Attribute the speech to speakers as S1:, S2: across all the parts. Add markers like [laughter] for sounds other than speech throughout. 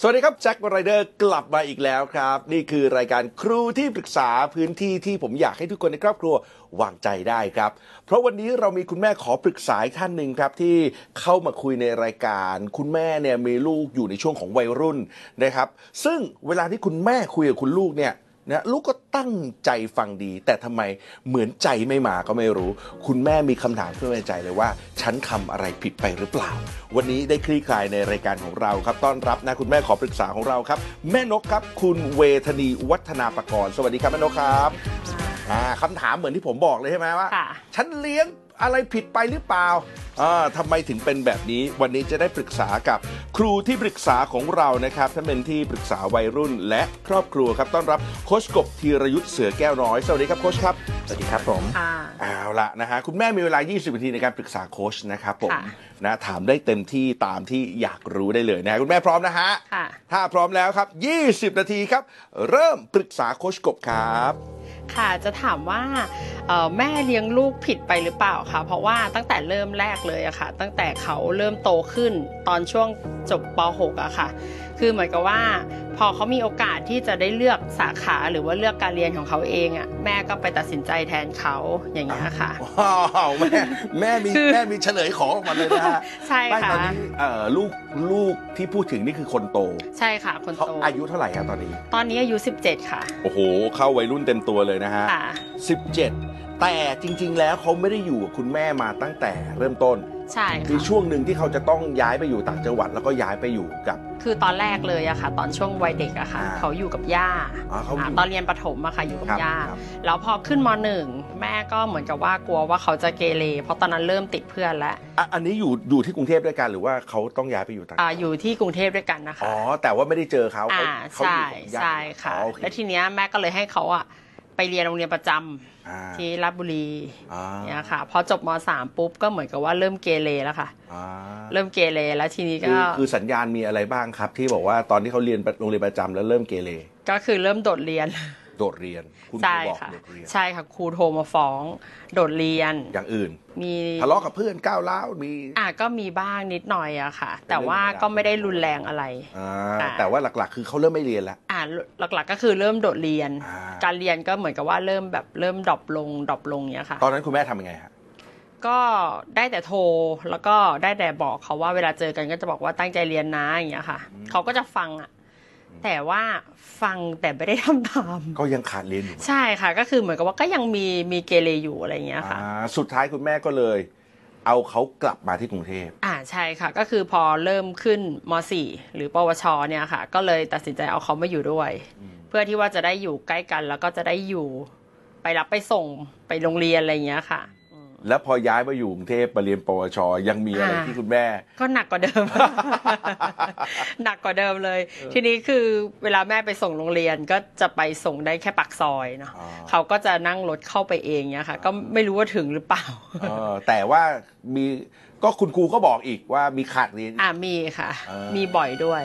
S1: สวัสดีครับแจ็คไรเดอร์กลับมาอีกแล้วครับ นี่คือรายการครูที่ปรึกษาพื้นที่ที่ผมอยากให้ทุกคนในครอบครัววางใจได้ครับ เพราะวันนี้เรามีคุณแม่ขอปรึกษาอีกท่านหนึ่งครับที่เข้ามาคุยในรายการ คุณแม่เนี่ยมีลูกอยู่ในช่วงของวัยรุ่นนะครับ ซึ่งเวลาที่คุณแม่คุยกับคุณลูกเนี่ย นะลูกก็ตั้งใจฟังดี แต่ทำไมเหมือนใจไม่มาก็ไม่รู้ คุณแม่มีคำถามขึ้นมาในใจเลยว่า ฉันทำอะไรผิดไปหรือเปล่า วันนี้ได้คลี่คลายในรายการของเราครับ ต้อนรับนะคุณแม่ขอปรึกษาของเราครับ แม่นกครับ คุณเวทนีวัฒนาประกรณ์สวัสดีครับแม่นกครับอ่าคำถามเหมือนที่ผมบอกเลยใช่ไหมว่า
S2: ค่ะ
S1: ฉันเลี้ยงอะไรผิดไปหรือเปล่าอ่าทำไมถึงเป็นแบบนี้ วันนี้จะได้ปรึกษากับครูที่ปรึกษาของเรานะครับท่านเป็นที่ปรึกษาวัยรุ่นและครอบครัวครับ ต้อนรับโคชกบธีรยุทธ์เสือแก้วน้อย สวัสดีครับโคชครับ สวัสดีครับผม
S2: อ่า
S1: เอาละนะฮะคุณแม่มีเวลา 20 นาทีในการปรึกษาโค้ชนะครับผม
S2: ค่ะ
S1: นะถามได้เต็มที่ตามที่อยากรู้ได้เลยนะฮะคุณแม่พร้อมนะฮะ
S2: ค่ะ
S1: ถ้าพร้อมแล้วครับ 20 นาทีครับ เริ่มปรึกษาโค้ชกบครับ
S2: ค่ะ จะถามว่าเอ่อแม่เลี้ยงลูกผิดไปหรือเปล่าคะเพราะว่าตั้งแต่เริ่มแรกเลยอะค่ะ ตั้งแต่เขาเริ่มโตขึ้นตอนช่วงจบป .6 อะค่ะ คือเหมือนกับว่า พอเขามีโอกาสที่จะได้เลือกสาขาหรือว่าเลือกการเรียนของเขาเองอะแม่ก็ไปตัดสินใจแทนเขาอย่างเงี้ยค่ะ
S1: ว้าวแม่แม่มี
S2: คือ
S1: แม่มีเฉลยของออกมาเลยนะฮะ
S2: ใช่
S1: ไม่ต
S2: ค่ะ
S1: อนนี้เอ่อลูกลูกที่พูดถึงนี่คือคนโต
S2: ใช่ค่ะ คน
S1: เขา
S2: โต
S1: อายุเท่าไหร่ครับตอนนี้
S2: ตอนนี้อายุ 17 ค่ะ
S1: โอ้โห เข้าวัยรุ่นเต็มตัวเลยนะฮะ
S2: ค่ะ
S1: 17 แต่จริง ๆ แล้วเขาไม่ได้อยู่กับคุณแม่มาตั้งแต่เริ่มต้น
S2: ใช่
S1: มี
S2: ค่ะ
S1: ช่วงหนึ่งที่เขาจะต้องย้ายไปอยู่ต่างจังหวัดแล้วก็ย้ายไปอยู่กับ
S2: คือตอนแรกเลยอะค่ะ ตอนช่วงวัยเด็กอะค่ะ
S1: อ่า
S2: เขาอยู่กับย่า
S1: อ๋อเขาอยู่
S2: อ่าตอนเรียนประถมอะค่ะ อยู่กับ
S1: ครับ
S2: ย่า
S1: ครับ
S2: แล้วพอขึ้นมหนึ่งแม่ก็เหมือนกับว่ากลัวว่าเขาจะเกเรเพราะตอนนั้นเริ่มติดเพื่อนแล้ว
S1: อ่ะอันนี้อยู่อยู่ที่กรุงเทพด้วยกันหรือว่าเขาต้องย้ายไปอยู่ต่าง
S2: อาอยู่ที่กรุงเทพด้วยกันนะคะ
S1: อ๋อแต่ว่าไม่ได้เจอเขาเขา
S2: อ่า
S1: เขาอย
S2: ใช่
S1: ู่กับญาติ
S2: ใช่ค่ะ
S1: อ๋อโอเค
S2: และทีเนี้ยแม่ก็เลยให้เขาอะไปเรียนโรงเรียนประจำ
S1: อ่า
S2: ที่ราชบุรี
S1: อ่า
S2: เนี่ยค่ะ พอจบมสามปุ๊บก็เหมือนกับว่าเริ่มเกเรแล้วค่ะ
S1: อ่า
S2: เริ่มเกเรแล้วทีนี้
S1: คื
S2: ก็
S1: อคือสัญญาณมีอะไรบ้างครับ ที่บอกว่าตอนที่เขาเรียนโรงเรียนประจำแล้วเริ่มเกเร
S2: ก็คือเริ่มโดดเรียน
S1: โดดเรียน คุณครู
S2: ใช่
S1: บอก
S2: ค่ะ
S1: โดดเรียน
S2: ใช่ค่ะครูโทรมาฟ้อง โดดเรียน
S1: อย่างอื่น
S2: มี
S1: ทะเลาะกับเพื่อนก้าวร้าวมี
S2: อ่ะก็มีบ้างนิดหน่อยอะค่ะ
S1: เป็นเรื่อง
S2: แต่ว่า
S1: ธรรมดา
S2: ก็ไม่ได้รุนแรงอะไร
S1: อ่า
S2: อ่า
S1: แต่ว่าหลักๆ คือเขาเริ่มไม่เรียนแล้ว
S2: อ่ะหลักๆก็คือเริ่มโดดเรียน
S1: อ่า
S2: การเรียนก็เหมือนกับว่าเริ่มแบบเริ่มดรอปลงดรอปลงเนี้ยค่ะ
S1: ตอนนั้นคุณแม่ทำยังไงฮะ
S2: ก็ได้แต่โทรแล้วก็ได้แต่บอกเขาว่าเวลาเจอกันก็จะบอกว่าตั้งใจเรียนนะอย่างเงี้ยค่ะเขาก็จะฟังอะแต่ว่าฟังแต่ไม่ได้ทำตาม [laughs]
S1: ก็ยังขาดเรียนอยู่
S2: ใช่ค่ะก็คือเหมือนกับว่าก็ยังมีมีเกเรอยู่อะไรอย่างเงี้ยค่ะ
S1: อ่าสุดท้ายคุณแม่ก็เลย เอาเขากลับมาที่กรุงเทพ
S2: อ่าใช่ค่ะก็คือพอเริ่มขึ้นม .4 หรือปวชเนี่ยค่ะ ก็เลยตัดสินใจเอาเขามาอยู่ด้วย เพื่อที่ว่าจะได้อยู่ใกล้กัน แล้วก็จะได้อยู่ไปรับไปส่งไปโรงเรียนอะไรอย่างเงี้ยค่ะอืม
S1: แล้วพอย้ายมาอยู่กรุงเทพมาเรียนปวชยังมีอะไร
S2: อ่า
S1: ที่คุณแม่
S2: ก็หนักกว่าเดิม [laughs] หนักกว่าเดิมเลย ทีนี้คือเวลาแม่ไปส่งโรงเรียนก็จะไปส่งได้แค่ปากซอยเนาะ
S1: อ๋อ
S2: เขาก็จะนั่งรถเข้าไปเองเนี่ยค่ะ ก็ไม่รู้ว่าถึงหรือเปล่า
S1: เออแต่ว่ามีก็คุณครูก็บอกอีกว่ามีขาดเรียน
S2: อ่ามีค่ะ
S1: อ่ามี
S2: มีบ่อยด้วย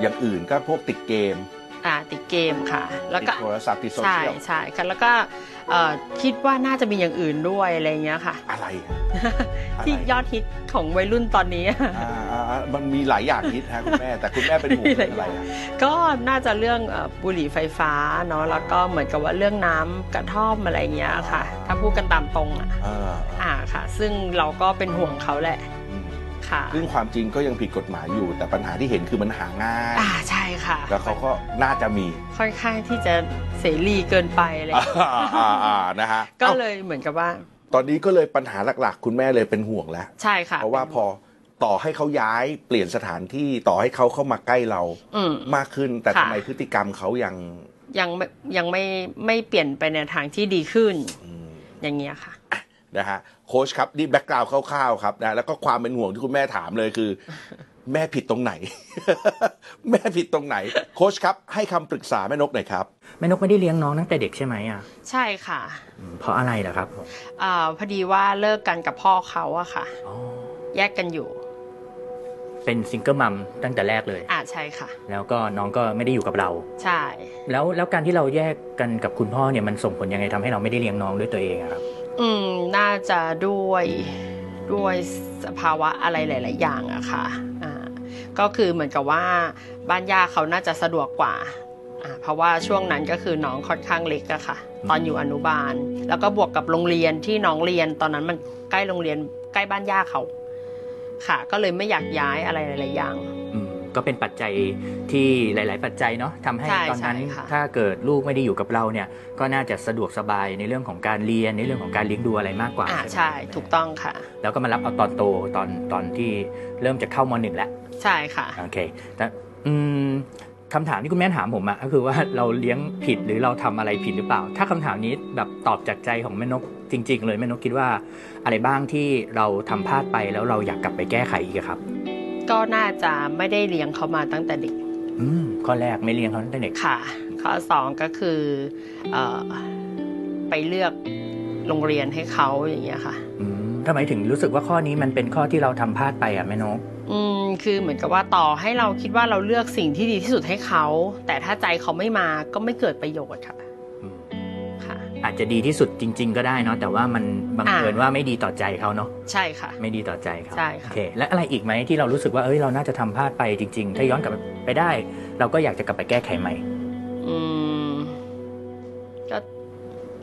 S1: อย่างอื่นก็พวกติดเกม
S2: อ่าติดเกมค่ะ แล้ว
S1: ติ
S2: ก็
S1: ดโทรศัพท์ติดโซ
S2: ใช่
S1: เชียล
S2: ใช่ค่ะแล้วก็เอ่อคิดว่าน่าจะมีอย่างอื่นด้วยอะไรเงี้ยค่ะ [laughs]
S1: อะไรฮะ อะไร
S2: ที่ยอดฮิตของวัยรุ่นตอนนี้
S1: [laughs] อ่าอ่าอ่ามันมีหลายอย่างฮิตฮะคุณแม่ แต่คุณแม่เป็นห่วงเรื่องอะไรอะ
S2: ก็น่าจะเรื่องเอ่อบุหรี่ไฟฟ้าเนาะแล้วก็เหมือนกับว่าเรื่องน้ำกระท่อมอะไรเงี้ยค่ะ ถ้าพูดกันตามตรงอ่ะ
S1: เออ
S2: อ่าค่ะ ซึ่งเราก็เป็นห่วงเขาแหละ
S1: อืม
S2: ค่ะ
S1: ซึ่งความจริงก็ยังผิดกฎหมายอยู่ แต่ปัญหาที่เห็นคือมันหาง่าย
S2: อ่าใช่ค่ะ
S1: แล้วเขาก็น่าจะมี
S2: ค่อนข้างที่จะเสรีเกินไปอะไร
S1: อ่า
S2: เงี้ย
S1: อ่าอ่านะฮะ
S2: ก็
S1: อ้า
S2: เลยเหมือนกับว่า
S1: ตอนนี้ก็เลยปัญหาหลักๆ คุณแม่เลยเป็นห่วงแล้ว
S2: ใช่ค่ะ
S1: เพราะว่าพอต่อให้เขาย้ายเปลี่ยนสถานที่ต่อให้เขาเข้ามาใกล้เรา
S2: อืม
S1: มากขึ้น แต่
S2: ค่ะ
S1: ทำไมพฤติกรรมเขายัง
S2: ยังไม่ยังไม่ไม่เปลี่ยนไปในทางที่ดีขึ้น
S1: อืม
S2: อย่างเงี้ยค่ะ
S1: นะฮะโค้ชครับนี่แบ็กกราวด์คร่าวๆครับนะแล้วก็ความเป็นห่วงที่คุณแม่ถามเลยคือ [laughs] แม่ผิดตรงไหน [laughs] แม่ผิดตรงไหน โค้ชครับ ให้คำปรึกษาแม่นกหน่อยครับ
S3: แม่นกไม่ได้เลี้ยงน้องตั้งแต่เด็กใช่ไหมอ่ะ
S2: ใช่ค่ะ
S3: อืมเพราะอะไรล่ะครับผม
S2: เอ่อพอดีว่าเลิกกันกับพ่อเขาอะค่ะ
S3: อ๋อ
S2: แยกกันอยู่
S3: เป็นซิงเกิลมัมตั้งแต่แรกเลย
S2: อ่าใช่ค่ะ
S3: แล้วก็น้องก็ไม่ได้อยู่กับเรา
S2: ใช่
S3: แล้วแล้วการที่เราแยกกันกับคุณพ่อเนี่ยมันส่งผลยังไงทำให้เราไม่ได้เลี้ยงน้องด้วยตัวเองอะครับ
S2: อืมน่าจะด้วยด้วยสภาวะอะไรหลาย ๆ อย่างอะค่ะอ่าก็คือเหมือนกับว่าบ้านย่าเขาน่าจะสะดวกกว่าอ่าเพราะว่าช่วงนั้นก็คือน้องค่อนข้างเล็กอะค่ะ ตอนอยู่อนุบาล แล้วก็บวกกับโรงเรียนที่น้องเรียนตอนนั้นมันใกล้โรงเรียนใกล้บ้านย่าเขาค่ะ ก็เลยไม่อยากย้ายอะไรหลาย ๆ อย่าง
S3: อืมก็เป็นปัจจัยที่หลาย ๆ ปัจจัยเนาะทำให้
S2: ใช่
S3: ตอนนั้น
S2: ใช่ค่ะ
S3: ถ้าเกิดลูกไม่ได้อยู่กับเราเนี่ย ก็น่าจะสะดวกสบายในเรื่องของการเรียนในเรื่องของการเลี้ยงดูอะไรมากกว่า
S2: อ่า
S3: ไหม
S2: ใช่ถูกต้องค่ะ
S3: แล้วก็มารับเอาตอนโตตอนตอนที่เริ่มจะเข้ามหนึ่งแล้ว
S2: ใช่ค่ะ
S3: โอเคแต่อืมคำถามที่คุณแม่ถามผมอะก็คือว่าเราเลี้ยงผิดหรือเราทำอะไรผิดหรือเปล่า ถ้าคำถามนี้แบบตอบจากใจของแม่นกจริง ๆ เลยแม่นกคิดว่า อะไรบ้างที่เราทำพลาดไปแล้วเราอยากกลับไปแก้ไขอีกอะครับ
S2: ก็น่าจะไม่ได้เลี้ยงเขามาตั้งแต่เด็ก
S3: อืมข้อแรกไม่เลี้ยงเขาตั้งแต่เด็ก
S2: ค่ะข้อสองก็คือเออไปเลือกโรงเรียนให้เขาอย่างเงี้ยค่ะ
S3: อืมทำไมถึงรู้สึกว่าข้อนี้มันเป็นข้อที่เราทำพลาดไปอะแม่นก
S2: อืมคือเหมือนกับว่าต่อให้เราคิดว่าเราเลือกสิ่งที่ดีที่สุดให้เขา แต่ถ้าใจเขาไม่มาก็ไม่เกิดประโยชน์ค่ะ
S3: อืม
S2: ค่ะ
S3: อาจจะดีที่สุดจริง ๆ ก็ได้เนาะแต่ว่ามันบังเอิญ
S2: อ่า
S3: ว่าไม่ดีต่อใจเขาเนาะ
S2: ใช่ค่ะ
S3: ไม่ดีต่อใจครับ
S2: ใช่ค่ะ
S3: โอเคและอะไรอีกไหมที่เรารู้สึกว่าเอ้ยเราน่าจะทำพลาดไปจริง ๆ ถ้าย้อนกลับไปได้ เราก็อยากจะกลับไปแก้ไขใหม่
S2: อืมก็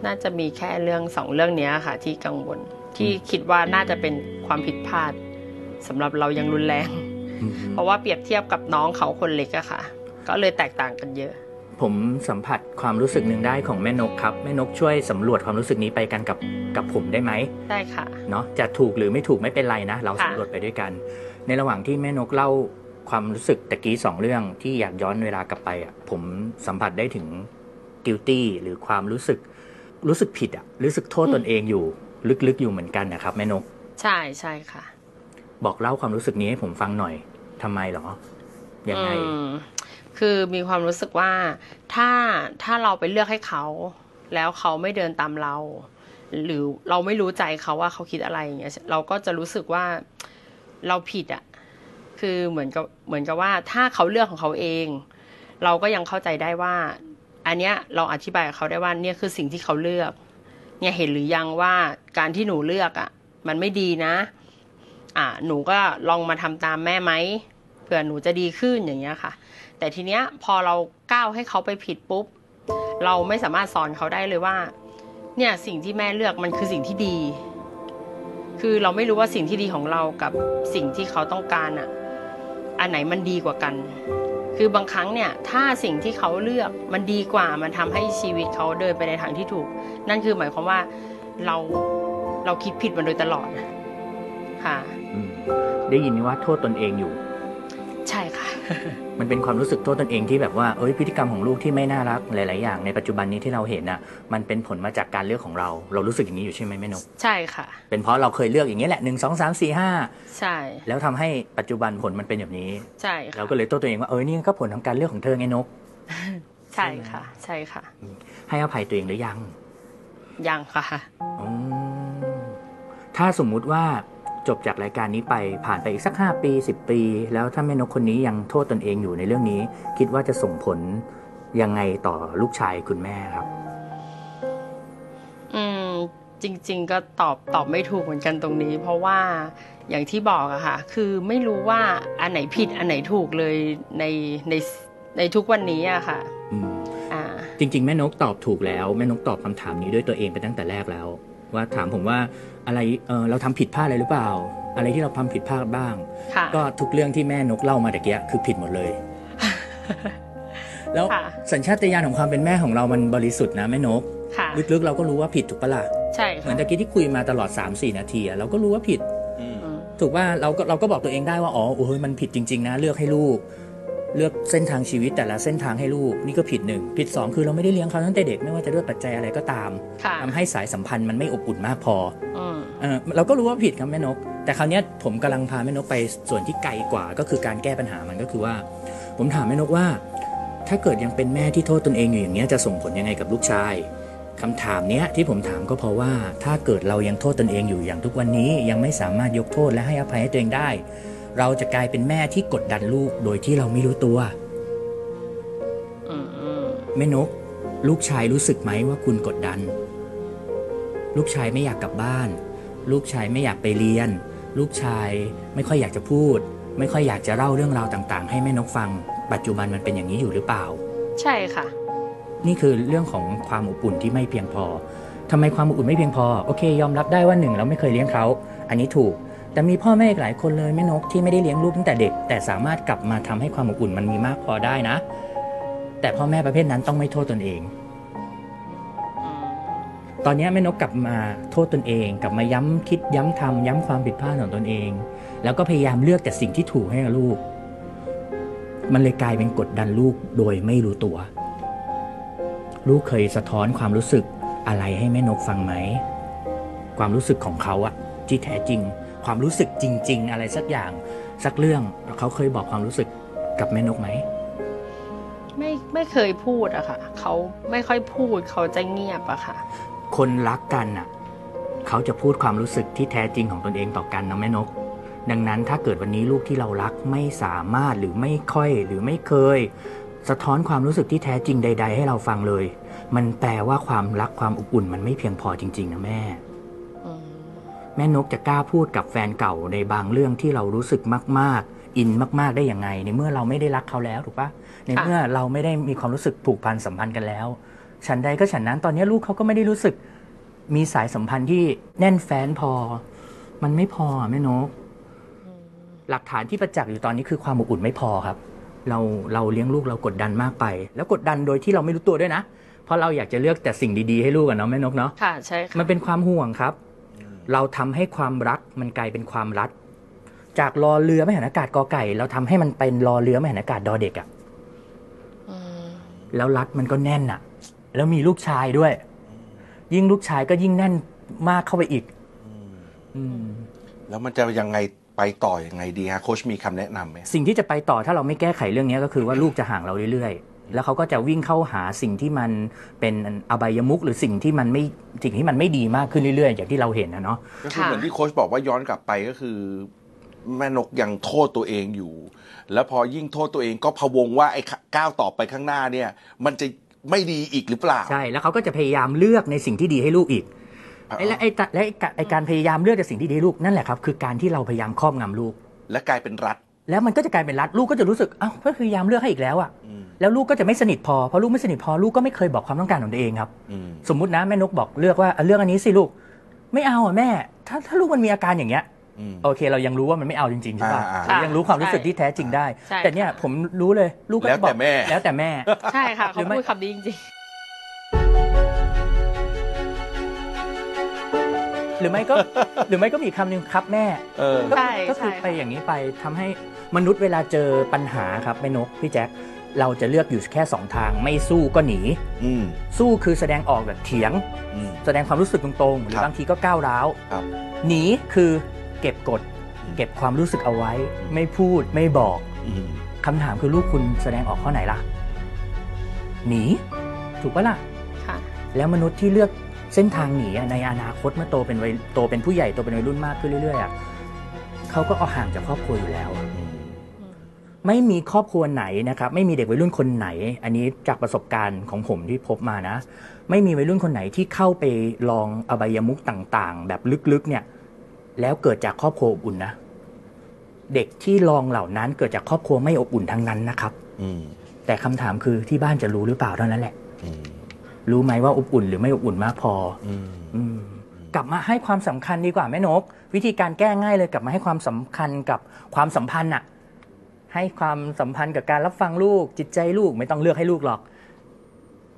S2: น่าจะมีแค่เรื่องสองเรื่องเนี้ยค่ะ ที่กังวลที่คิดว่าน่าจะเป็นความผิดพลาดสำหรับเรายังรุนแรง เพราะว่าเปรียบเทียบกับน้องเขาคนเล็กอะค่ะ ก็เลยแตกต่างกันเยอะ
S3: ผมสัมผัสความรู้สึกหนึ่งได้ของแม่นกครับแม่นกช่วยสำรวจความรู้สึกนี้ไปกันกับกับผมได้ไหม
S2: ได้ค่ะ
S3: เนาะจะถูกหรือไม่ถูกไม่เป็นไรนะ เรา
S2: ค่ะ
S3: สำรวจไปด้วยกัน ในระหว่างที่แม่นกเล่าความรู้สึกตะกี้สองเรื่องที่อยากย้อนเวลากลับไปอ่ะผมสัมผัสได้ถึง guilty หรือความรู้สึกรู้สึกผิดอ่ะรู้สึกโทษตนเองอยู่ลึกๆอยู่เหมือนกันนะครับแม่นก
S2: ใช่ใช่ค่ะ
S3: บอกเล่าความรู้สึกนี้ให้ผมฟังหน่อย ทำไมเหรอ ยังไง
S2: อืมคือมีความรู้สึกว่าถ้าถ้าเราไปเลือกให้เขา แล้วเขาไม่เดินตามเรา หรือเราไม่รู้ใจเขาว่าเขาคิดอะไรอย่างเงี้ยเราก็จะรู้สึกว่าเราผิดอะคือเหมือนกับเหมือนกับว่าถ้าเขาเลือกของเขาเอง เราก็ยังเข้าใจได้ว่า อันเนี้ยเราอธิบายกับเขาได้ว่าเนี่ยคือสิ่งที่เขาเลือก เนี่ยเห็นหรือยังว่าการที่หนูเลือกอะ่ะ มันไม่ดีนะ อ่าหนูก็ลองมาทำตามแม่ไหมเผื่อหนูจะดีขึ้นอย่างเงี้ยค่ะ แต่ทีเนี้ยพอเราก้าวให้เขาไปผิดปุ๊บ เราไม่สามารถสอนเขาได้เลยว่า เนี่ยสิ่งที่แม่เลือกมันคือสิ่งที่ดี คือเราไม่รู้ว่าสิ่งที่ดีของเรากับสิ่งที่เขาต้องการอ่ะ อันไหนมันดีกว่ากัน คือบางครั้งเนี่ย ถ้าสิ่งที่เขาเลือกมันดีกว่า มันทำให้ชีวิตเขาเดินไปในทางที่ถูก นั่นคือหมายความว่าเราเราคิดผิดมาโดยตลอดนะค่ะ
S3: อืมได้ยินว่าโทษตนเองอยู่
S2: ใช่ค่ะ
S3: มันเป็นความรู้สึกโทษตนเองที่แบบว่า เอ้ย พฤติกรรมของลูกที่ไม่น่ารักหลาย ๆ อย่างในปัจจุบันนี้ที่เราเห็นน่ะ มันเป็นผลมาจากการเลือกของเรา เรารู้สึกอย่างนี้อยู่ใช่ไหมแม่นก
S2: ใช่ค่ะ
S3: เป็นเพราะเราเคยเลือกอย่างนี้แหละหนึ่งสองสามสี่ห้า
S2: ใช่
S3: แล้วทำให้ปัจจุบันผลมันเป็นแบบนี้
S2: ใช่ค่ะ
S3: เราก็เลยโทษตัวเองว่า เอ้ย นี่ก็ผลของการเลือกของเธอไงนก
S2: ใช่ค่ะ ใช่ค่ะ
S3: ให้อภัยตัวเองหรือยัง
S2: ยังค่ะ
S3: อ๋อถ้าสมมุติว่าจบจากรายการนี้ไปผ่านไปอีกสัก 5 ปี 10 ปี แล้วถ้าแม่นกคนนี้ยังโทษตนเองอยู่ในเรื่องนี้ คิดว่าจะส่งผลยังไงต่อลูกชายคุณแม่ครับ
S2: อืมจริง ๆ ก็ตอบตอบไม่ถูกเหมือนกันตรงนี้ เพราะว่าอย่างที่บอกอะค่ะคือไม่รู้ว่าอันไหนผิดอันไหนถูกเลยในในในทุกวันนี้อะค่ะ
S3: อืม
S2: อ่า
S3: จริง ๆ แม่นกตอบถูกแล้วแม่นกตอบคำถามนี้ด้วยตัวเองไปตั้งแต่แรกแล้ว ว่าถามผมว่าอะไรเออเราทำผิดพลาดอะไรหรือเปล่า อะไรที่เราทำผิดพลาดบ้าง
S2: ค่ะ
S3: ก็ทุกเรื่องที่แม่นกเล่ามาตะเกียคือผิดหมด [laughs] เลย แล้ว
S2: ค่ะ
S3: สัญชาตญาณของความเป็นแม่ของเรามันบริสุทธิ์นะแม่นก
S2: ค่ะ
S3: ลึกๆเราก็รู้ว่าผิดถูกปะล่ะ
S2: ใช่
S3: เหมือ
S2: ค่ะ
S3: นตะกี้ที่คุยมาตลอด 3 4 นาทีอะเราก็รู้ว่าผิด
S1: อืม
S2: อืม
S3: ถูกว่าเราก็เราก็บอกตัวเองได้ว่า อ๋อโอ้ยมันผิดจริง ๆ นะ เลือกให้ลูก เลือกเส้นทางชีวิตแต่ละเส้นทางให้ลูก นี่ก็ผิดหนึ่งผิด 2 คือเราไม่ได้เลี้ยงเขาตั้งแต่เด็กไม่ว่าจะด้วยปัจจัยอะไรก็ตาม
S2: ค่ะ
S3: ทำให้สายสัมพันธ์มันไม่อบอุ่นมากพอ
S2: อืม
S3: เออเราก็รู้ว่าผิดครับแม่นก แต่คราวเนี้ยผมกำลังพาแม่นกไปส่วนที่ไกลกว่า ก็คือการแก้ปัญหามันก็คือว่า ผมถามแม่นกว่า ถ้าเกิดยังเป็นแม่ที่โทษตนเองอยู่อย่างเนี้ยจะส่งผลยังไงกับลูกชายคำถามเนี้ยที่ผมถามก็เพราะว่า ถ้าเกิดเรายังโทษตนเองอยู่อย่างทุกวันนี้ ยังไม่สามารถยกโทษและให้อภัยให้ตัวเองได้ เราจะกลายเป็นแม่ที่กดดันลูกโดยที่เราไม่รู้ตัว
S2: อืมอืม
S3: แม่นก ลูกชายรู้สึกไหมว่าคุณกดดัน ลูกชายไม่อยากกลับบ้าน ลูกชายไม่อยากไปเรียน ลูกชายไม่ค่อยอยากจะพูด ไม่ค่อยอยากจะเล่าเรื่องราวต่างๆ ให้แม่นกฟัง ปัจจุบันมันเป็นอย่างนี้อยู่หรือเปล่า
S2: ใช่ค่ะ
S3: นี่คือเรื่องของความอบอุ่นที่ไม่เพียงพอทำไมความอบอุ่นไม่เพียงพอ โอเค ยอมรับได้ว่าหนึ่งเราไม่เคยเลี้ยงเขา อันนี้ถูก แต่มีพ่อแม่อีกหลายคนเลยแม่นกที่ไม่ได้เลี้ยงลูกตั้งแต่เด็ก แต่สามารถกลับมาทำให้ความอบอุ่นมันมีมากพอได้นะ แต่พ่อแม่ประเภทนั้นต้องไม่โทษตนเอง
S2: อืม
S3: ตอนเนี้ยแม่นกกลับมาโทษตนเอง กลับมาย้ำคิดย้ำทำย้ำความผิดพลาดของตนเอง แล้วก็พยายามเลือกแต่สิ่งที่ถูกให้กับลูก มันเลยกลายเป็นกดดันลูกโดยไม่รู้ตัว ลูกเคยสะท้อนความรู้สึกอะไรให้แม่นกฟังไหม ความรู้สึกของเขาอะที่แท้จริง ความรู้สึกจริง ๆ อะไรสักอย่าง สักเรื่องเขาเคยบอกความรู้สึกกับแม่นกไหม
S2: ไม่ไม่เคยพูดอะค่ะ เขาไม่ค่อยพูดเขาจะเงียบอะค่ะ
S3: คนรักกันน่ะ เขาจะพูดความรู้สึกที่แท้จริงของตนเองต่อกันนะแม่นก ดังนั้นถ้าเกิดวันนี้ลูกที่เรารักไม่สามารถหรือไม่ค่อยหรือไม่เคย สะท้อนความรู้สึกที่แท้จริงใด ๆ ให้เราฟังเลย มันแปลว่าความรักความอบอุ่นมันไม่เพียงพอจริง ๆ นะแม่
S2: อืม
S3: แม่นกจะกล้าพูดกับแฟนเก่าในบางเรื่องที่เรารู้สึกมาก ๆ อินมาก ๆ ได้ยังไง ในเมื่อเราไม่ได้รักเขาแล้วถูกปะในเมื่อเราไม่ได้มีความรู้สึกผูกพันสัมพันธ์กันแล้ว ฉันใดก็ฉันนั้นตอนนี้ลูกเขาก็ไม่ได้รู้สึก มีสายสัมพันธ์ที่แน่นแฟ้นพอ มันไม่พออะแม่นก หลักฐานที่ประจักษ์อยู่ตอนนี้คือความอบอุ่นไม่พอครับ เราเราเลี้ยงลูกเรากดดันมากไป แล้วกดดันโดยที่เราไม่รู้ตัวด้วยนะ เพราะเราอยากจะเลือกแต่สิ่งดีๆให้ลูกอะเนาะแม่นกเนาะ
S2: ค่ะใช่ค่ะ
S3: มันเป็นความห่วงครับ เราทำให้ความรักมันกลายเป็นความรัด จากรอเรือไม่หันอากาศกอไก่ เราทำให้มันเป็นรอเรือไม่หันอากาศดอเด็กอะ
S2: อืม
S3: แล้วรัดมันก็แน่นอะแล้วมีลูกชายด้วย ยิ่งลูกชายก็ยิ่งแน่นมากเข้าไปอีก อืม
S1: แล้วมันจะยังไงไปต่อยังไงดีฮะโค้ชมีคำแนะนำไหม
S3: สิ่งที่จะไปต่อถ้าเราไม่แก้ไขเรื่องนี้ก็คือว่าลูกจะห่างเราเรื่อยๆ แล้วเขาก็จะวิ่งเข้าหาสิ่งที่มันเป็นอบายมุกหรือสิ่งที่มันไม่สิ่งที่มันไม่ดีมากขึ้นเรื่อยๆ อย่างที่เราเห็นนะเนาะ
S1: ก็คือเหมือนที่โค้ชบอกว่าย้อนกลับไปก็คือ แม่นกยังโทษตัวเองอยู่ แล้วพอยิ่งโทษตัวเองก็พะวงว่าไอ้ก้าวต่อไปข้างหน้าเนี่ย มันจะไม่ดีอีกหรือเปล่า
S3: ใช่ แล้วเขาก็จะพยายามเลือกในสิ่งที่ดีให้ลูกอีก
S1: อ่า
S3: ไอ้และไอ้ตะและไอ้กะไอ้การพยายามเลือกในสิ่งที่ดีให้ลูกนั่นแหละครับ คือการที่เราพยายามครอบงำลูก
S1: และกลายเป็นรัฐ
S3: แล้วมันก็จะกลายเป็นรัดลูกก็จะรู้สึกอ้าวก็พยายามเลือกให้อีกแล้วอะ
S1: อืม
S3: แล้วลูกก็จะไม่สนิทพอเพราะลูกไม่สนิทพอลูกก็ไม่เคยบอกความต้องการของตัวเองครับ
S1: อืม
S3: สมมตินะแม่นกบอกเลือกว่าเอาเรื่องอันนี้สิลูก ไม่เอาอ่ะแม่ ถ้าถ้าลูกมันมีอาการอย่างเงี้ย
S1: อืม
S3: โอเค เรายังรู้ว่ามันไม่เอาจริงๆใช่ป่ะ
S1: อ่า
S3: เรายังรู้ความรู้สึกที่แท้จริงได้
S2: ใช่
S3: แต่เนี่ย
S2: ค่ะ
S3: ผมรู้เลยลูกก็
S1: แล้ว
S3: จะบอ
S1: แต่
S3: ก
S1: แม่
S3: แล้วแต่แม่
S2: ใช่ค่ะ
S3: หรื
S2: เขา
S3: อไม่
S2: พูดคำนี้จริง
S3: หรือไม่ก็ หรือไม่ก็มีคำหนึ่งครับแม่
S1: เออ
S2: ๆใช่
S3: ก็คือ
S2: ใช่
S3: ไปอย่างนี้ไปทำให้มนุษย์เวลาเจอปัญหาครับแม่นกพี่แจ็คเราจะเลือกอยู่แค่สองทางไม่สู้ก็หนี
S1: อืม
S3: สู้คือแสดงออกแบบเถียง
S1: อืม
S3: แสดงความรู้สึกตรงๆ หรื
S1: ครั
S3: อบ งทีก็ก้าวร้าว
S1: ครับ
S3: หนีคือเก็บกด
S1: อืม
S3: เก็บความรู้สึกเอาไว้ ไม่พูดไม่บอก
S1: อืม
S3: คำถามคือลูกคุณแสดงออกข้อไหนล่ะ หนีถูกปะล่ะ
S2: ค่ะ
S3: แล้วมนุษย์ที่เลือกเส้นทางหนีอะในอนาคตเมื่อโตเป็นวัยโตเป็นผู้ใหญ่โตเป็นวัยรุ่นมากขึ้นเรื่อยๆอะเขาก็เอาห่างจากครอบครัวอยู่แล้วอะ ไม่มีครอบครัวไหนนะครับ ไม่มีเด็กวัยรุ่นคนไหน อันนี้จากประสบการณ์ของผมที่พบมานะ ไม่มีวัยรุ่นคนไหนที่เข้าไปลองอบายมุขต่างๆ แบบลึกๆเนี่ย แล้วเกิดจากครอบครัวอบอุ่นนะ เด็กที่ลองเหล่านั้นเกิดจากครอบครัวไม่อบอุ่นทั้งนั้นนะครับ
S1: อืม
S3: แต่คำถามคือที่บ้านจะรู้หรือเปล่าเท่านั้นแหละ
S1: อืม
S3: รู้ไหมว่าอบอุ่นหรือไม่อบอุ่นมากพอ
S1: อืม
S3: อืมกลับมาให้ความสำคัญดีกว่าแม่นก วิธีการแก้ง่ายเลยกลับมาให้ความสำคัญกับความสัมพันธ์อะให้ความสัมพันธ์กับการรับฟังลูก จิตใจลูกไม่ต้องเลือกให้ลูกหรอก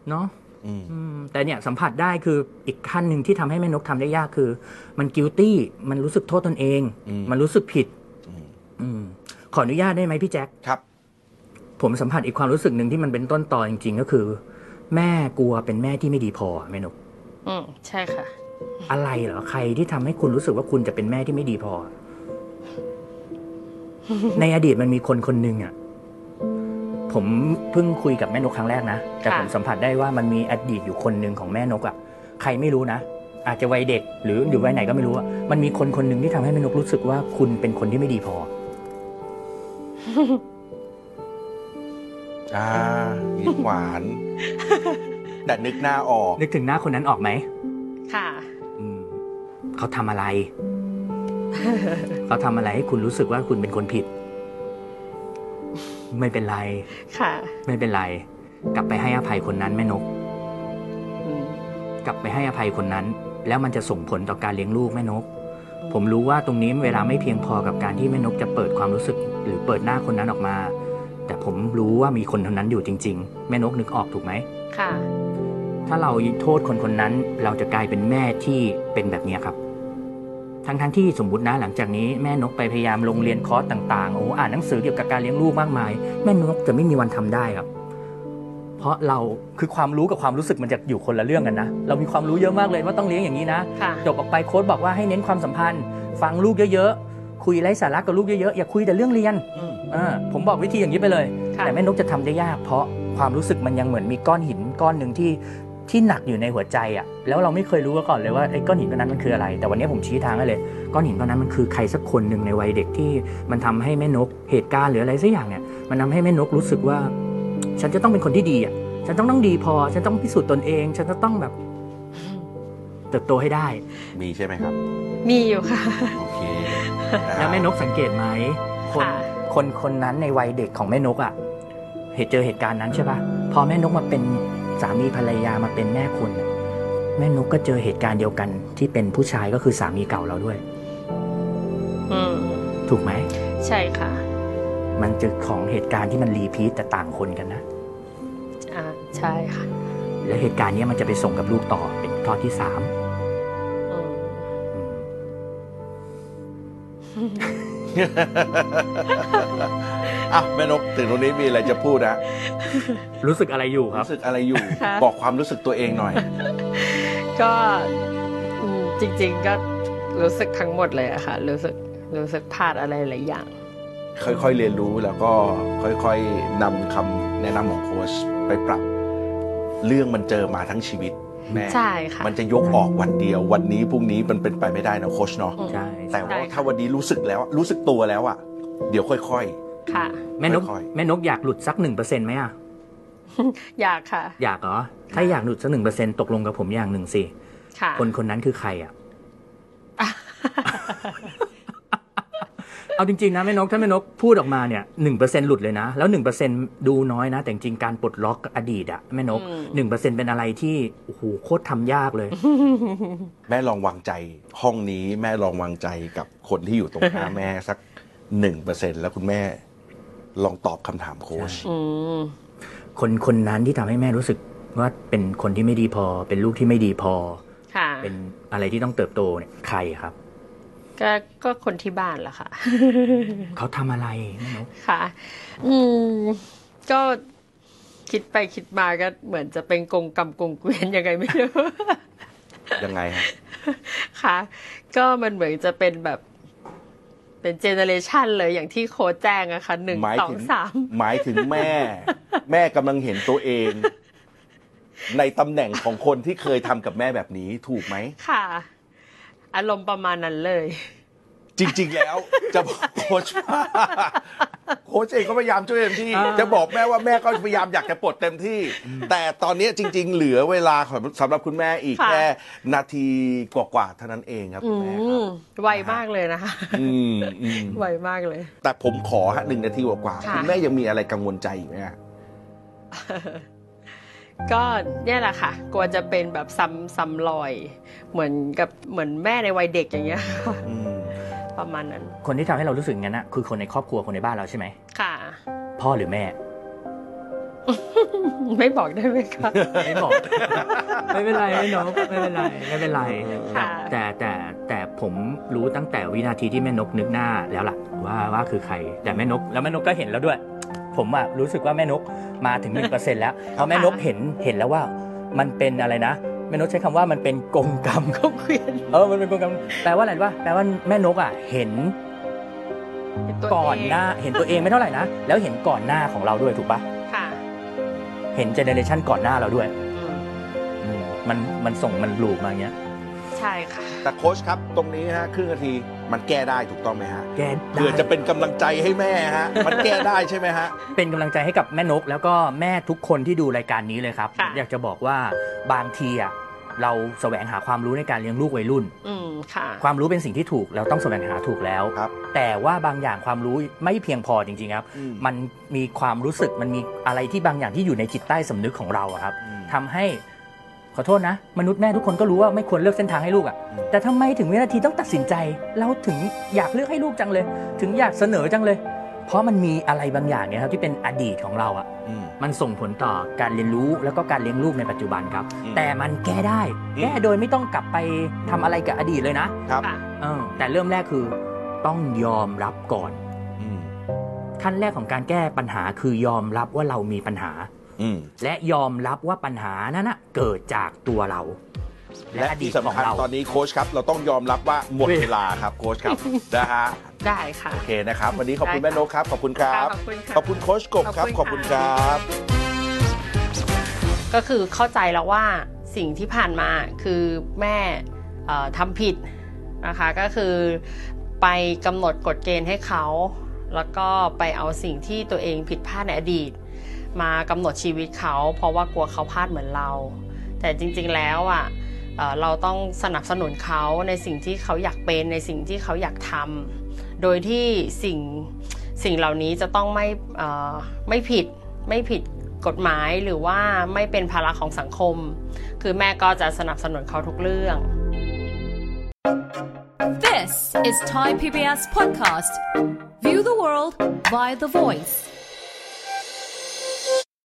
S3: เนาะ
S1: อืม
S3: อืมแต่เนี่ยสัมผัสได้คืออีกขั้นหนึ่งที่ทำให้แม่นกทำได้ยากคือ มันกิ i ตี้มันรู้สึกโทษตนเอง
S1: อืม
S3: มันรู้สึกผิด
S1: อืม
S3: อืมขออนุญาตได้ไหมพี่แจ็ค
S1: ครับ
S3: ผมสัมผัสอีกความรู้สึกหนึ่งที่มันเป็นต้นตอจริง ๆ ก็คือ แม่กลัวเป็นแม่ที่ไม่ดีพอแม่นก
S2: อืมใช่ค่ะ
S3: อะไรเหรอใครที่ทำให้คุณรู้สึกว่าคุณจะเป็นแม่ที่ไม่ดีพอ ในอดีตมันมีคนคนหนึ่งอ่ะ ผมเพิ่งคุยกับแม่นกครั้งแรกนะ แต่
S2: ค่ะ
S3: ผมสัมผัสได้ว่ามันมีอดีตอยู่คนหนึ่งของแม่นกอ่ะ ใครไม่รู้นะ อาจจะวัยเด็ก หรืออยู่วัยไหนก็ไม่รู้อะมันมีคนคนหนึ่งที่ทำให้แม่นกรู้สึกว่าคุณเป็นคนที่ไม่ดีพอ
S1: อ่ายิ้มหวาน แต่นึกหน้าออก
S3: นึกถึงหน้าคนนั้นออกไหม
S2: ค่ะ
S3: อืมเขาทำอะไร เขาทำอะไรให้คุณรู้สึกว่าคุณเป็นคนผิด ไม่เป็นไร
S2: ค่ะ
S3: ไม่เป็นไร กลับไปให้อภัยคนนั้นแม่นก
S2: อืม
S3: กลับไปให้อภัยคนนั้น แล้วมันจะส่งผลต่อการเลี้ยงลูกแม่นก ผมรู้ว่าตรงนี้เวลาไม่เพียงพอกับการที่แม่นกจะเปิดความรู้สึก หรือเปิดหน้าคนนั้นออกมา แต่ผมรู้ว่ามีคนคนนั้นอยู่จริง ๆ แม่นกนึกออกถูกไหม
S2: ค่ะ
S3: ถ้าเราโทษคนคนนั้น เราจะกลายเป็นแม่ที่เป็นแบบเนี้ยครับ ทั้งทั้งๆที่สมมตินะหลังจากนี้แม่นกไปพยายามลงเรียนคอร์สต่างๆโอ้โหอ่านหนังสือเกี่ยวกับการเลี้ยงลูกมากมาย แม่นกจะไม่มีวันทำได้ครับ เพราะเราคือความรู้กับความรู้สึกมันจะอยู่คนละเรื่องกันนะ เรามีความรู้เยอะมากเลยว่าต้องเลี้ยงอย่างนี้นะ
S2: ค่ะ
S3: จบออกไปโค้ดบอกว่าให้เน้นความสัมพันธ์ ฟังลูกเยอะๆ คุยไร้สาระกับลูกเยอะๆ อย่าคุยแต่เรื่องเรียน
S1: อืม
S3: เออผมบอกวิธีอย่างนี้ไปเลย
S2: ค่ะ
S3: แต่แม่นกจะทำได้ยาก เพราะความรู้สึกมันยังเหมือนมีก้อนหินก้อนหนึ่งที่ที่หนักอยู่ในหัวใจอะ่ะแล้วเราไม่เคยรู้มาก่อนเลยว่าไอ้ก้อนหินก้อนนั้นมันคืออะไร แต่วันนี้ผมชี้ทางให้เลย ก้อนหินก้อนนั้นมันคือใครสักคนหนึ่งในวัยเด็กที่มันทำให้แม่นกเหตุการณ์หรืออะไรสักอย่างเนี่ยมันทำให้แม่นกรู้สึกว่า ฉันจะต้องเป็นคนที่ดีอ่ะฉันต้องต้องดีพอ ฉันต้องพิสูจน์ตนเอง ฉันจะต้องแบบเติบโตให้ได้
S1: มีใช่ไหมครับ
S2: มีอยู่ค่ะ
S1: โอเค
S3: แล้วแม่นกสังเกตไหมคน
S2: ค่ะ
S3: คนคนนั้นในวัยเด็กของแม่นกอะ่ะเหตุเจอเหตุการณ์นั้นใช่ปะพอแม่นกมาเป็นสามีภรรยามาเป็นแม่คุณอะแม่นกก็เจอเหตุการณ์เดียวกันที่เป็นผู้ชายก็คือสามีเก่าเราด้วย
S2: อืม
S3: ถูกไหม
S2: ใช่ค่ะ
S3: มันเจอของเหตุการณ์ที่มันรีพีทแต่ต่างคนกันนะ
S2: อ่าใช่ค่ะ
S3: แล้วเหตุการณ์เนี้ยมันจะไปส่งกับลูกต่อเป็นทอดที่สาม
S2: อืม
S3: อืม
S1: อ่ะแม่นกถึงตรงนี้มีอะไรจะพูดนะ
S3: รู้สึกอะไรอยู่ครับ
S1: รู้สึกอะไรอยู่
S2: ะ
S1: บอกความรู้สึกตัวเองหน่อย
S2: ก็อืมจริง ๆก็รู้สึกทั้งหมดเลยอะค่ะ รู้สึกรู้สึกพลาดอะไรหลายอย่าง
S1: ค่อยๆ เรียนรู้แล้วก็ค่อยๆนำคำแนะนำของโค้ชไปปรับ เรื่องมันเจอมาทั้งชีวิตแม่
S2: ใช่ค่ะ
S1: มันจะยกออกวันเดียว วันนี้พรุ่งนี้มันเป็นไปไม่ได้นะโค้ชเนาะ
S2: อืม
S3: ใช่
S1: แต่ว่า
S2: ใช่ค่ะ
S1: ถ้าวันนี้รู้สึกแล้วรู้สึกตัวแล้วอ่ะ เดี๋ยวค่อย
S2: ค่ะ
S3: แม่นก
S1: ค่อยๆ
S3: แม่นกอยากหลุดสักหนึ่งเปอร์เซ็นต์ไหมอะ
S2: อยากค่ะ
S3: อยากเหรอ ถ้าอยากหลุดสักหนึ่งเปอร์เซ็นตกลงกับผมอย่างหนึ่งสิ
S2: ค่ะ
S3: คนคนนั้นคือใครอ่ะ เอาจริง ๆ นะแม่นก ถ้าแม่นกพูดออกมาเนี่ยหนึ่งเปอร์เซ็นหลุดเลยนะ แล้วหนึ่งเปอร์เซ็นดูน้อยนะ แต่จริงๆการปลดล็อกอดีตอะแม่นก
S2: อื
S3: หนึ่งเปอร์เซ็นเป็นอะไรที่โอ้โหโคตรทำยากเลย
S1: ๆ แม่ลองวางใจ ห้องนี้แม่ลองวางใจกับคนที่อยู่ตรงหน้า
S2: [laughs]
S1: แม่สักหนึ่งเปอร์เซ็นแล้วคุณแม่ลองตอบคำถามโค้ช
S2: อืม
S3: คนคนนั้นที่ทำให้แม่รู้สึกว่าเป็นคนที่ไม่ดีพอ เป็นลูกที่ไม่ดีพอ
S2: ค่ะ
S3: เป็นอะไรที่ต้องเติบโตเนี่ยใครครับ
S2: ก็ก็คนที่บ้านล่ะค่ะ
S3: เขาทำอะไรแม่นก
S2: ค่ะ อืม ก็คิดไปคิดมาก็เหมือนจะเป็นกงกรรมกงเกวียนยังไงไม่รู้ [laughs]
S1: ยังไงฮะ
S2: ค่ะ ก็มันเหมือนจะเป็นแบบเป็นเจเนอเรชันเลยอย่างที่โค้ชแจ้งอะค่ะหนึ่ง
S1: หมาย
S2: สอง
S1: ถึง
S2: สาม
S1: หมายถึงแม่ [laughs] แม่กำลังเห็นตัวเอง ในตำแหน่งของคนที่เคยทำกับแม่แบบนี้ถูกไหม
S2: ค่ะ อารมณ์ประมาณนั้นเลย
S1: จริง ๆ แล้ว [laughs] จะบอกโค้ช [laughs] ว่าโค้ชเองก็พยายามช่วยเต็มที่
S3: อ่า
S1: จะบอกแม่ว่าแม่ก็พยายามอยากจะปลดเต็มที่ แต่ตอนนี้จริง ๆ เหลือเวลาของสำหรับคุณแม่อีก
S2: ค่ะ
S1: แค่นาทีกว่าๆเท่านั้นเองครับ
S2: อื
S1: คุณแม่ครั
S2: ม
S1: บ
S2: ไวมากเลยนะคะ
S1: อืมอืม
S2: ไวมากเลย
S1: แต่ผมขอฮะหนึ่งนาทีกว่าๆ
S2: ค่ะ
S1: คุณแม่ยังมีอะไรกังวลใจอีกไหมฮะ
S2: ก็เนี่ยแหละค่ะ กลัวจะเป็นแบบซ้ำซ้ำรอย เหมือนกับเหมือนแม่ในวัยเด็กอย่างเงี้ [laughs] ย
S1: อืม
S2: ประมาณนั้น
S3: คนที่ทำให้เรารู้สึกอย่างนั้นนะคือคนในครอบครัวคนในบ้านเราใช่ไหม
S2: ค่ะ [laughs]
S3: พ่อหรือแม่
S2: ไม่บอกได้ไหมคะ
S3: ไม่บอก ไม่เป็นไรไม่นกไม่เป็นไรไม่เป็นไร
S2: ค่ะ
S3: แต่แต่แต่ผมรู้ตั้งแต่วินาทีที่แม่นกนึกหน้าแล้วล่ะว่าว่าคือใคร แต่แม่นกแล้วแม่นกก็เห็นแล้วด้วย ผมอะรู้สึกว่าแม่นกมาถึงหนึ่งเปอร์เซ็นแล้วเพราะแม่นกเห็นเห็นแล้วว่ามันเป็นอะไรนะ แม่นกใช้คำว่ามันเป็นกงกรรม
S2: เขาเกลียด
S3: เออ มันเป็นกงกรรม แปลว่าอะไรรู้ป่ะแปลว่าแม่นกอ่ะ เห็น
S2: ตัว
S3: ก่อน
S2: เง
S3: หน้า เห็นตัวเองไม่เท่าไหร่นะ แล้วเห็นก่อนหน้าของเราด้วยถูกป่ะ
S2: ค่ะ
S3: เห็นเจเนเรชันก่อนหน้าเราด้วย
S2: อืม
S3: อืมมันมันส่งมันหลูกมาอย่างเงี้ย
S2: ใช่ค่ะ
S1: แต่โค้ชครับตรงนี้ฮะครึ่งนาทีมันแก้ได้ถูกต้องไหมฮะ
S3: แก
S1: เพื่อจะเป็นกำลังใจให้แม่ฮะมันแก้ได้ใช่ไหมฮะ
S3: เป็นกำลังใจให้กับแม่นก แล้วก็แม่ทุกคนที่ดูรายการนี้เลยครับ
S2: ค่ะ
S3: อยากจะบอกว่าบางทีอ่ะเราแสวงหาความรู้ในการเลี้ยงลูกวัยรุ่น
S2: อืมค่ะ
S3: ความรู้เป็นสิ่งที่ถูกเราต้องแสวงหาถูกแล้ว
S1: ครับ
S3: แต่ว่าบางอย่างความรู้ไม่เพียงพอจริงๆครับ
S1: อืม
S3: มันมีความรู้สึกมันมีอะไรที่บางอย่างที่อยู่ในจิตใต้สำนึกของเราอะครับ
S1: อืม
S3: ทำให้ขอโทษนะ มนุษย์แม่ทุกคนก็รู้ว่าไม่ควรเลือกเส้นทางให้ลูกอะ
S1: อืม
S3: แต่ทำไมถึงวินาทีต้องตัดสินใจ เราถึงอยากเลือกให้ลูกจังเลย ถึงอยากเสนอจังเลย เพราะมันมีอะไรบางอย่างเนี่ยครับที่เป็นอดีตของเราอะ
S1: อืม
S3: มันส่งผลต่อการเรียนรู้แล้วก็การเลี้ยงลูกในปัจจุบันครับ
S1: อืม
S3: แต่มันแก้ได้
S1: อืม
S3: แก้โดยไม่ต้องกลับไปทำอะไรกับอดีตเลยนะ
S1: ครับ
S2: ค่ะ
S3: เออแต่เริ่มแรกคือต้องยอมรับก่อน
S1: อืม
S3: ขั้นแรกของการแก้ปัญหาคือยอมรับว่าเรามีปัญหา
S1: อืม
S3: และยอมรับว่าปัญหานั้นนะเกิดจากตัวเรา และ
S1: และ
S3: อดี
S1: ที่
S3: ตขอ
S1: สำ
S3: ง
S1: คัญ
S3: เรา
S1: ตอนนี้โค้ชครับเราต้องยอมรับว่าหมด
S3: เว้ย
S1: เวลาครับโค้ชครับนะฮะ
S2: ได้ค่ะ
S1: โอเคนะครับ วันนี้ขอบคุณ
S2: ได้
S1: แม่
S2: ค่ะ
S1: นกครับขอบคุณครับ
S2: ขอบคุณค
S1: ข
S2: ่ะ
S1: อบคุณโค้ชกบครับข
S2: ข
S1: อ
S2: อ
S1: บบ
S2: คุ
S1: คุณ
S2: ณ
S1: ค
S2: ค่ะ
S1: รับ
S2: ก็คือเข้าใจแล้วว่าสิ่งที่ผ่านมาคือแม่เอ่อทำผิดนะคะ ก็คือไปกำหนดกฎเกณฑ์ให้เขา แล้วก็ไปเอาสิ่งที่ตัวเองผิดพลาดในอดีต มากำหนดชีวิตเขา เพราะว่ากลัวเขาพลาดเหมือนเรา แต่จริงๆแล้วอ่ะเอ่อเราต้องสนับสนุนเขาในสิ่งที่เขาอยากเป็นในสิ่งที่เขาอยากทำโดยที่สิ่งสิ่งเหล่านี้จะต้องไม่เอ่อไม่ผิดไม่ผิดกฎหมายหรือว่าไม่เป็นภาระของสังคม คือแม่ก็จะสนับสนุนเขาทุกเรื่อง
S4: This is Thai PBS Podcast. View the world via the voice.